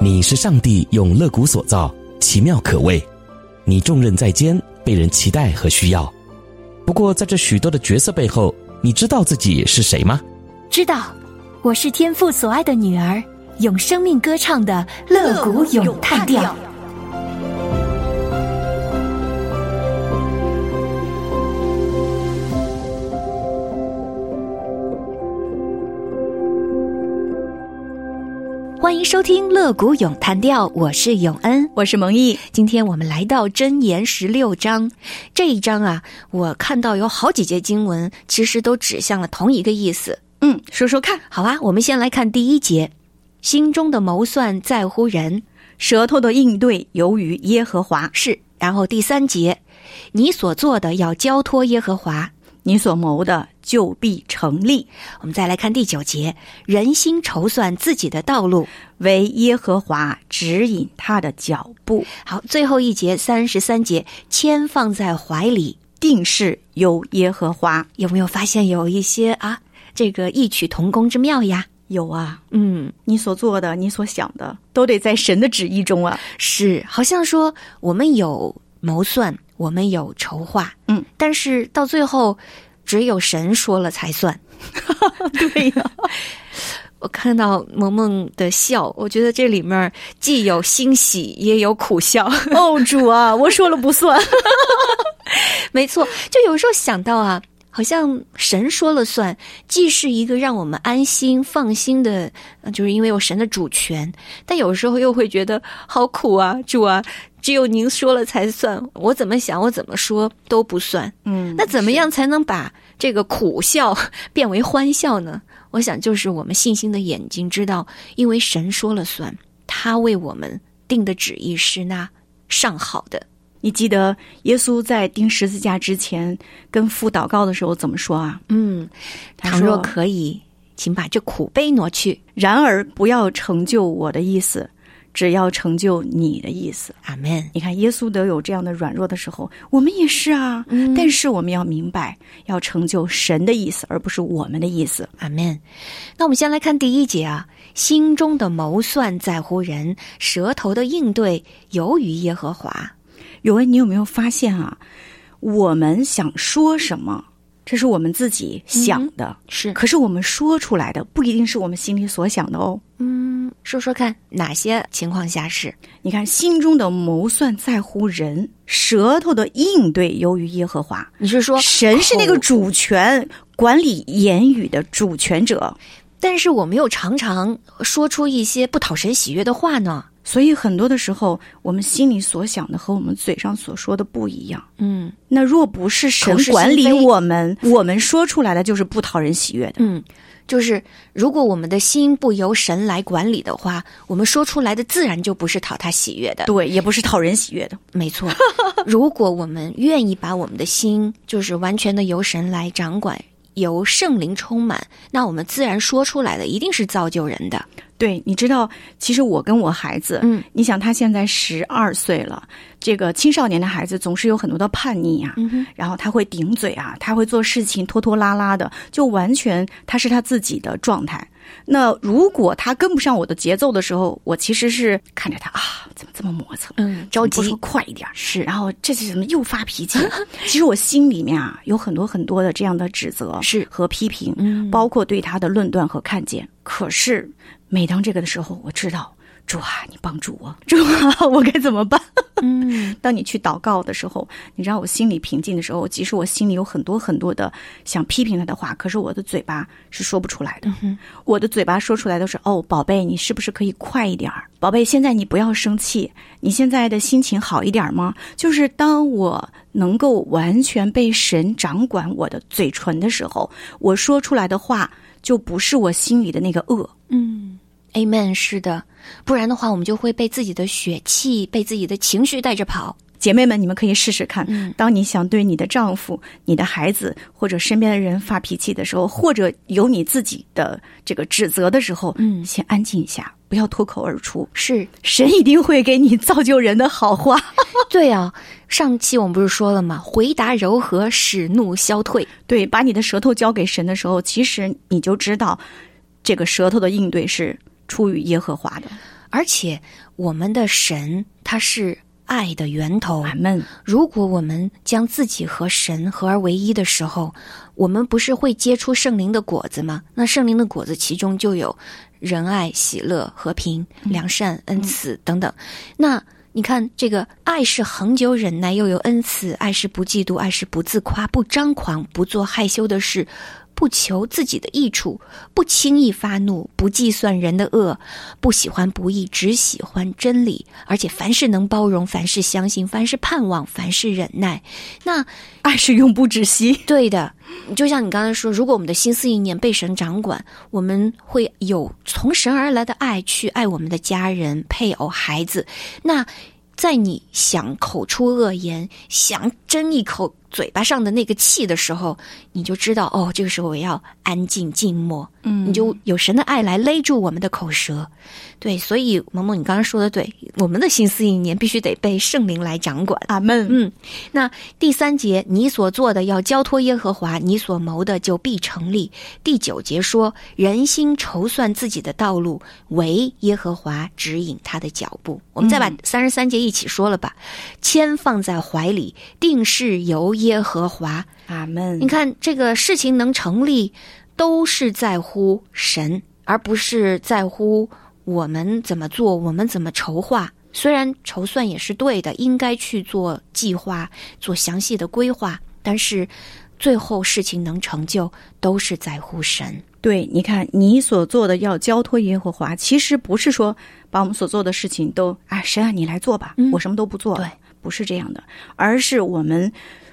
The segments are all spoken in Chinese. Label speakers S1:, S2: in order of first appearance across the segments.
S1: 你是上帝用乐谷所造，奇妙可畏。你重任在肩，被人期待和需要。不过，在这许多的角色背后，你知道自己是谁吗？
S2: 知道，我是天父所爱的女儿，用生命歌唱的乐谷咏叹调。欢迎收听《乐谷咏叹调》，我是永恩。
S3: 我是蒙毅，
S2: 今天我们来到《箴言》十六章，这一章啊，我看到有好几节经文，其实都指向了同一个意思。
S3: 嗯，说说看，
S2: 好啊，我们先来看第一节：心中的谋算在乎人，
S3: 舌头的应对由于耶和华，
S2: 是。然后第三节，你所做的要交托耶和华。
S3: 你所谋的就必成立，
S2: 我们再来看第九节：人心筹算自己的道路。
S3: 为耶和华指引他的脚步，
S2: 好，最后一节三十三节，铅放在怀里。
S3: 定是由耶和华。
S2: 有没有发现有一些啊，这个异曲同工之妙呀？
S3: 有啊，
S2: 嗯，
S3: 你所做的，你所想的，都得在神的旨意中 啊。
S2: 是，好像说我们有谋算，我们有筹划，
S3: 嗯，
S2: 但是到最后，只有神说了才算。
S3: 对呀、
S2: 我看到萌萌的笑，我觉得这里面既有欣喜，也有苦笑。
S3: 哦，主啊，我说了不算。
S2: 没错，就有时候想到啊，好像神说了算，既是一个让我们安心放心的，呃就是因为有神的主权，但有时候又会觉得好苦啊，主啊，只有您说了才算，我怎么想，我怎么说都不算。
S3: 嗯
S2: 那怎么样才能把这个苦笑变为欢笑呢？我想，就是我们信心的眼睛知道，因为神说了算，他为我们定的旨意是那上好的。
S3: 你记得耶稣在钉十字架之前跟父祷告的时候怎么说啊？
S2: 嗯，
S3: 他
S2: 倘若
S3: 说
S2: 可以，请把这苦杯挪去。
S3: 然而不要成就我的意思，只要成就你的意思。
S2: 阿门。
S3: 你看，耶稣都有这样的软弱的时候，我们也是啊。
S2: 嗯
S3: 但是我们要明白，要成就神的意思，而不是我们的意思。
S2: 阿门。那我们先来看第一节啊，心中的谋算在乎人，舌头的应对由于耶和华。
S3: 永恩，你有没有发现啊？我们想说什么，这是我们自己
S2: 嗯
S3: 想的，
S2: 是
S3: 可是我们说出来的不一定是我们心里所想的哦。
S2: 嗯，说说看哪些情况下是？
S3: 你看，心中的谋算在乎人，舌头的应对由于耶和华。
S2: 你是说
S3: 神是那个
S2: 口？
S3: 主权管理言语的主权者，
S2: 但是我们又常常说出一些不讨神喜悦的话呢。
S3: 所以很多的时候，我们心里所想的和我们嘴上所说的不一样。
S2: 嗯
S3: 那若不是神
S2: 口是
S3: 管理
S2: 心非
S3: 我们，我们说出来的就是不讨人喜悦的。
S2: 嗯，就是如果我们的心不由神来管理的话，我们说出来的自然就不是讨他喜悦的。
S3: 对，也不是讨人喜悦的。
S2: 没错， 如果我们愿意把我们的心，就是完全的由神来掌管，由圣灵充满，那我们自然说出来的一定是造就人的。
S3: 对，你知道，其实我跟我孩子，
S2: 嗯，
S3: 你想他现在十二岁了，这个青少年的孩子总是有很多的叛逆啊，
S2: 嗯哼，
S3: 然后他会顶嘴啊，他会做事情拖拖拉拉的，就完全他是他自己的状态。那如果他跟不上我的节奏的时候，我其实是看着他啊，怎么这么磨蹭？
S2: 嗯，着
S3: 不
S2: 急
S3: 说快一点儿，
S2: 是
S3: 然后这是怎么又发脾气？ 其实我心里面啊有很多很多的这样的指责
S2: 是
S3: 和批评，
S2: 嗯
S3: 包括对他的论断和看见。可是每当这个的时候，我知道主啊，你帮助我，主啊，我该怎么办？
S2: 嗯
S3: 当你去祷告的时候，你让我心里平静的时候，即使我心里有很多很多的想批评他的话，可是我的嘴巴是说不出来的。
S2: 哼
S3: 我的嘴巴说出来都是哦，宝贝，你是不是可以快一点儿？宝贝，现在你不要生气，你现在的心情好一点吗？就是当我能够完全被神掌管我的嘴唇的时候，我说出来的话就不是我心里的那个恶。
S2: 嗯，Amen，是的，不然的话，我们就会被自己的血气、被自己的情绪带着跑。
S3: 姐妹们，你们可以试试看。
S2: 嗯
S3: 当你想对你的丈夫、你的孩子或者身边的人发脾气的时候，或者有你自己的这个指责的时候，
S2: 嗯
S3: 先安静一下，不要脱口而出。
S2: 是
S3: 神一定会给你造就人的 好话。
S2: 对啊，上期我们不是说了吗？回答柔和，使怒消退。
S3: 对，把你的舌头交给神的时候，其实你就知道这个舌头的应对是出于耶和华的。
S2: 而且我们的神他是爱的源头。
S3: 俺们
S2: 如果我们将自己和神合而为一的时候，我们不是会结出圣灵的果子吗？那圣灵的果子其中就有仁爱、喜乐、和平、良善、恩慈等等。那你看，这个爱是恒久忍耐，又有恩慈；爱是不嫉妒，爱是不自夸，不张狂，不做害羞的事，不求自己的益处，不轻易发怒，不计算人的恶，不喜欢不义，只喜欢真理。而且凡事能包容，凡事相信，凡事盼望，凡事忍耐。那
S3: 爱是永不止息。
S2: 对的，就像你刚才说，如果我们的心思意念被神掌管，我们会有从神而来的爱去爱我们的家人、配偶、孩子。那在你想口出恶言、想争一口嘴巴上的那个气的时候，你就知道哦，这个时候我要安静静默，嗯，你就有神的爱来勒住我们的口舌。对，所以萌萌，你刚刚说的对，我们的心思意念必须得被圣灵来掌管。
S3: 俺们
S2: 嗯，那第三节，你所做的要交托耶和华，你所谋的就必成立。第九节说，人心筹算自己的道路，唯耶和华指引他的脚步。我们再把三十三节一起说了吧。千放在怀里，定是由耶和华。
S3: 俺们
S2: 你看这个事情能成立，都是在乎神，而不是在乎我们怎么做，我们怎么筹划。虽然筹算也是对的，应该去做计划、做详细的规划，但是最后事情能成就，都是在乎神。
S3: 对，你看你所做的要交托耶和华，其实不是说把我们所做的事情都啊神啊你来做吧，我什么都不做，
S2: 对，
S3: 不是这样的，而是我们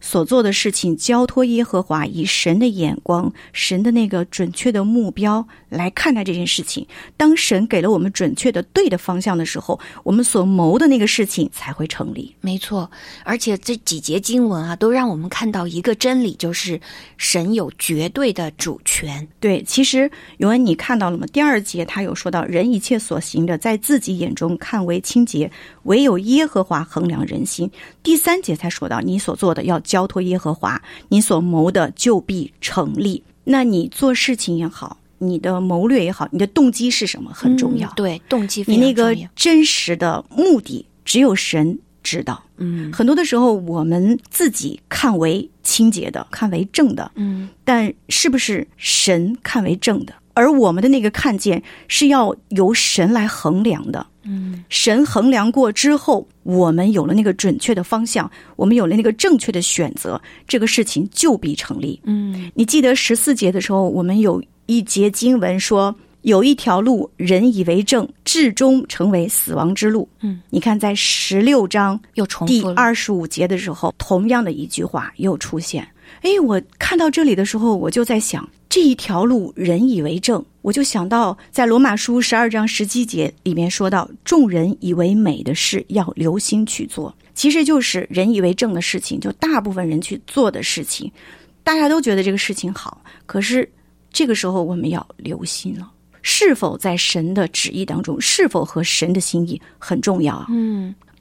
S3: 所做的事情交托耶和华，以神的眼光、神的那个准确的目标来看待这件事情。当神给了我们准确的对的方向的时候，我们所谋的那个事情才会成立。
S2: 没错，而且这几节经文啊，都让我们看到一个真理，就是神有绝对的主权。
S3: 对，其实永恩，你看到了吗？第二节他有说到，人一切所行的，在自己眼中看为清洁，唯有耶和华衡量人心。第三节才说到，你所做的要交托耶和华，你所谋的就必成立。那你做事情也好，你的谋略也好，你的动机是什么很重要。
S2: 嗯对，动机非
S3: 你
S2: 常
S3: 那个
S2: 重要
S3: 真实的目的，只有神知道。
S2: 嗯
S3: 很多的时候，我们自己看为清洁的，看为正的，
S2: 嗯，
S3: 但是不是神看为正的？而我们的那个看见是要由神来衡量的。嗯，神衡量过之后，我们有了那个准确的方向，我们有了那个正确的选择，这个事情就必成立。
S2: 嗯，
S3: 你记得十四节的时候，我们有一节经文说，有一条路人以为正，至终成为死亡之路。
S2: 嗯，
S3: 你看在十六章
S2: 又重
S3: 第
S2: 复了。
S3: 二十五节的时候，同样的一句话又出现。哎，我看到这里的时候，我就在想，这一条路人以为正，我就想到在罗马书十二章十七节里面说到，众人以为美的事要留心去做，其实就是人以为正的事情，就大部分人去做的事情，大家都觉得这个事情好，可是这个时候我们要留心了，是否在神的旨意当中，是否和神的心意很重要啊。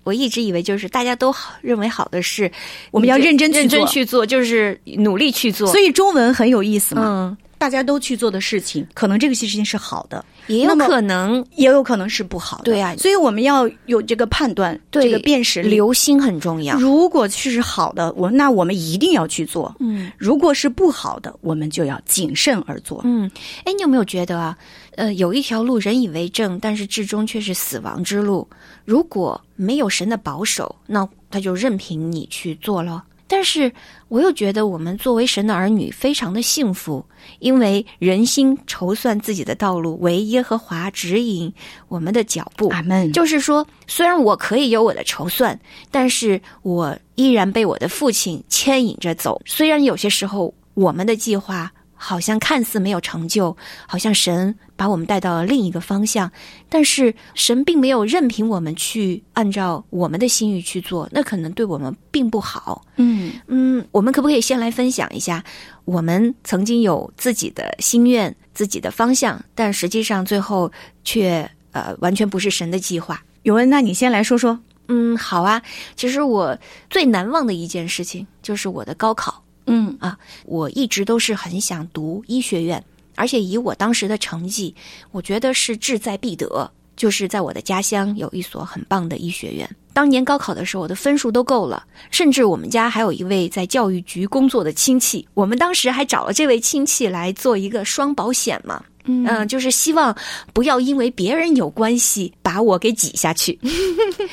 S2: 我一直以为就是大家都好认为好的事，
S3: 我们要认真去
S2: 认真
S3: 做
S2: 去做，就是努力去做。
S3: 所
S2: 以，
S3: 以中文很有意思嘛，
S2: 嗯，
S3: 大家都去做的事情，可能这个事情是好的，
S2: 也有
S3: 那么
S2: 可能
S3: 也有可能是不好的。
S2: 对啊
S3: 所以我们要有这个判断，这个辨识力。
S2: 留心很重要。
S3: 如果去是好的，我那我们一定要去做；
S2: 嗯
S3: 如果是不好的，我们就要谨慎而做。
S2: 嗯，哎，你有没有觉得啊？呃，有一条路人以为正，但是至终却是死亡之路。如果没有神的保守，那他就任凭你去做了。但是我又觉得我们作为神的儿女非常的幸福，因为人心筹算自己的道路，唯耶和华指引我们的脚步。
S3: 俺们
S2: 就是说，虽然我可以有我的筹算，但是我依然被我的父亲牵引着走。虽然有些时候我们的计划好像看似没有成就，好像神把我们带到了另一个方向，但是神并没有任凭我们去按照我们的心意去做，那可能对我们并不好。
S3: 嗯，
S2: 嗯，我们可不可以先来分享一下，我们曾经有自己的心愿、自己的方向，但实际上最后却呃完全不是神的计划？
S3: 永恩，那你先来说说。
S2: 嗯，好啊。其实我最难忘的一件事情就是我的高考。
S3: 嗯
S2: 我一直都是很想读医学院，而且以我当时的成绩，我觉得是志在必得。就是在我的家乡有一所很棒的医学院。当年高考的时候，我的分数都够了，甚至我们家还有一位在教育局工作的亲戚，我们当时还找了这位亲戚来做一个双保险嘛。嗯、就是希望不要因为别人有关系把我给挤下去。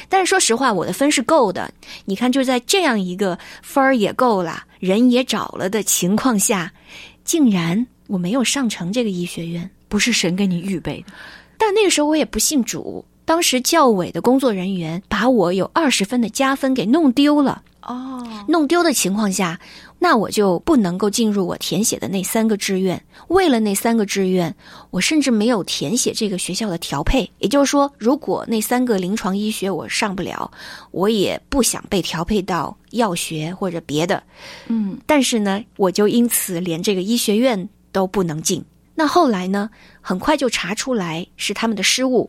S2: 但是说实话，我的分是够的。你看，就在这样一个分儿也够了，人也找了的情况下，竟然我没有上成这个医学院。
S3: 不是神给你预备的，
S2: 但那个时候我也不信主，当时教委的工作人员把我有二十分的加分给弄丢了。
S3: 哦，
S2: 弄丢的情况下，那我就不能够进入我填写的那三个志愿。为了那三个志愿，我甚至没有填写这个学校的调配。也就是说，如果那三个临床医学我上不了，我也不想被调配到药学或者别的。
S3: 嗯，
S2: 但是呢，我就因此连这个医学院都不能进。那后来呢，很快就查出来是他们的失误，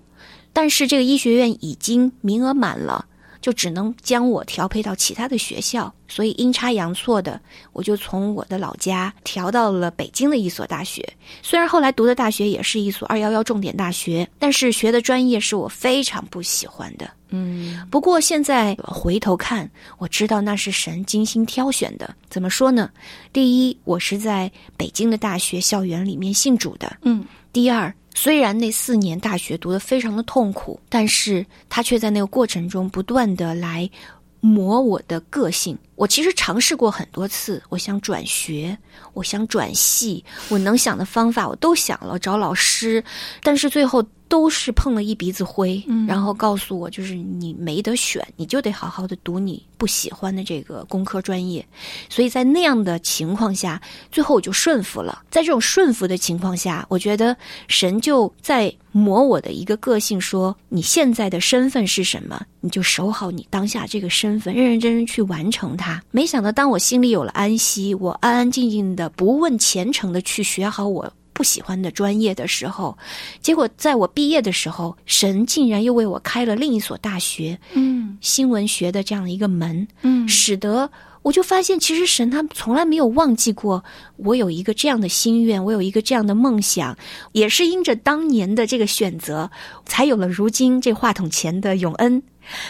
S2: 但是这个医学院已经名额满了，就只能将我调配到其他的学校，所以阴差阳错的，我就从我的老家调到了北京的一所大学。虽然后来读的大学也是一所二幺幺重点大学，但是学的专业是我非常不喜欢的。
S3: 嗯，
S2: 不过现在回头看，我知道那是神精心挑选的。怎么说呢？第一，我是在北京的大学校园里面信主的。
S3: 嗯，
S2: 第二，虽然那四年大学读得非常的痛苦，但是他却在那个过程中不断的来磨我的个性。我其实尝试过很多次，我想转学，我想转系，我能想的方法我都想了，找老师，但是最后都是碰了一鼻子灰，然后告诉我就是你没得选，你就得好好的读你不喜欢的这个工科专业。所以在那样的情况下，最后我就顺服了。在这种顺服的情况下，我觉得神就在磨我的一个个性说，你现在的身份是什么，你就守好你当下这个身份，认认真真去完成它。没想到，当我心里有了安息，我安安静静的，不问前程的去学好我。不喜欢的专业的时候，结果在我毕业的时候，神竟然又为我开了另一所大学，
S3: 嗯
S2: 新闻学的这样的一个门，
S3: 嗯
S2: 使得我就发现，其实神他从来没有忘记过我有一个这样的心愿，我有一个这样的梦想，也是因着当年的这个选择，才有了如今这话筒前的永恩。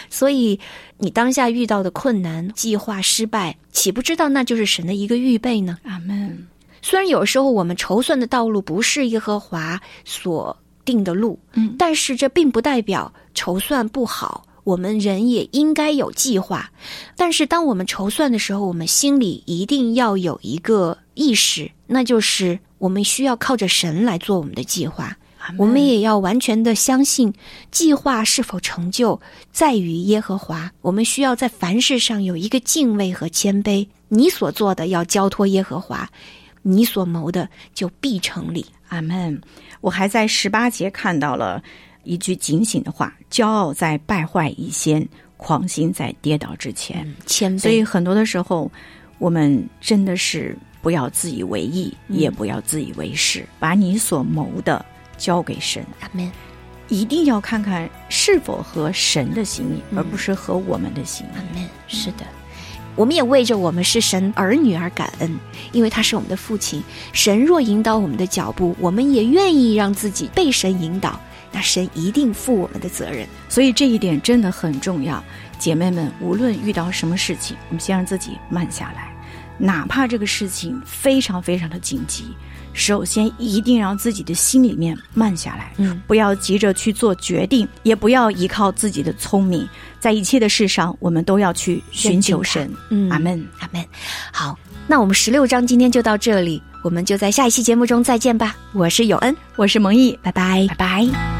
S2: 所以，你当下遇到的困难、计划失败，岂不知道那就是神的一个预备呢？
S3: 阿门，
S2: 虽然有时候我们筹算的道路不是耶和华所定的路，
S3: 嗯
S2: 但是这并不代表筹算不好。我们人也应该有计划，但是当我们筹算的时候，我们心里一定要有一个意识，那就是我们需要靠着神来做我们的计划。我
S3: 嗯
S2: 们也要完全的相信，计划是否成就在于耶和华。我们需要在凡事上有一个敬畏和谦卑。你所做的要交托耶和华，你所谋的就必成立。
S3: 阿门。我还在十八节看到了一句警醒的话：骄傲在败坏以先，狂心在跌倒之前。
S2: 谦卑，
S3: 所以很多的时候，我们真的是不要自以为意，也不要自以为是，把你所谋的交给神，
S2: 阿门。
S3: 一定要看看是否合神的心意，
S2: 嗯
S3: 而不是合我们的心意。
S2: 阿门。是的，我们也为着我们是神儿女而感恩，因为他是我们的父亲。神若引导我们的脚步，我们也愿意让自己被神引导，那神一定负我们的责任。
S3: 所以这一点真的很重要。姐妹们，无论遇到什么事情，我们先让自己慢下来，哪怕这个事情非常非常的紧急，首先一定让自己的心里面慢下来，
S2: 嗯，
S3: 不要急着去做决定，也不要依靠自己的聪明，在一切的事上，我们都要去寻求神。
S2: 嗯
S3: 阿门。
S2: 阿门。好，那我们十六章今天就到这里，我们就在下一期节目中再见吧。我是永恩，
S3: 我是蒙毅，
S2: 拜拜
S3: 拜。拜。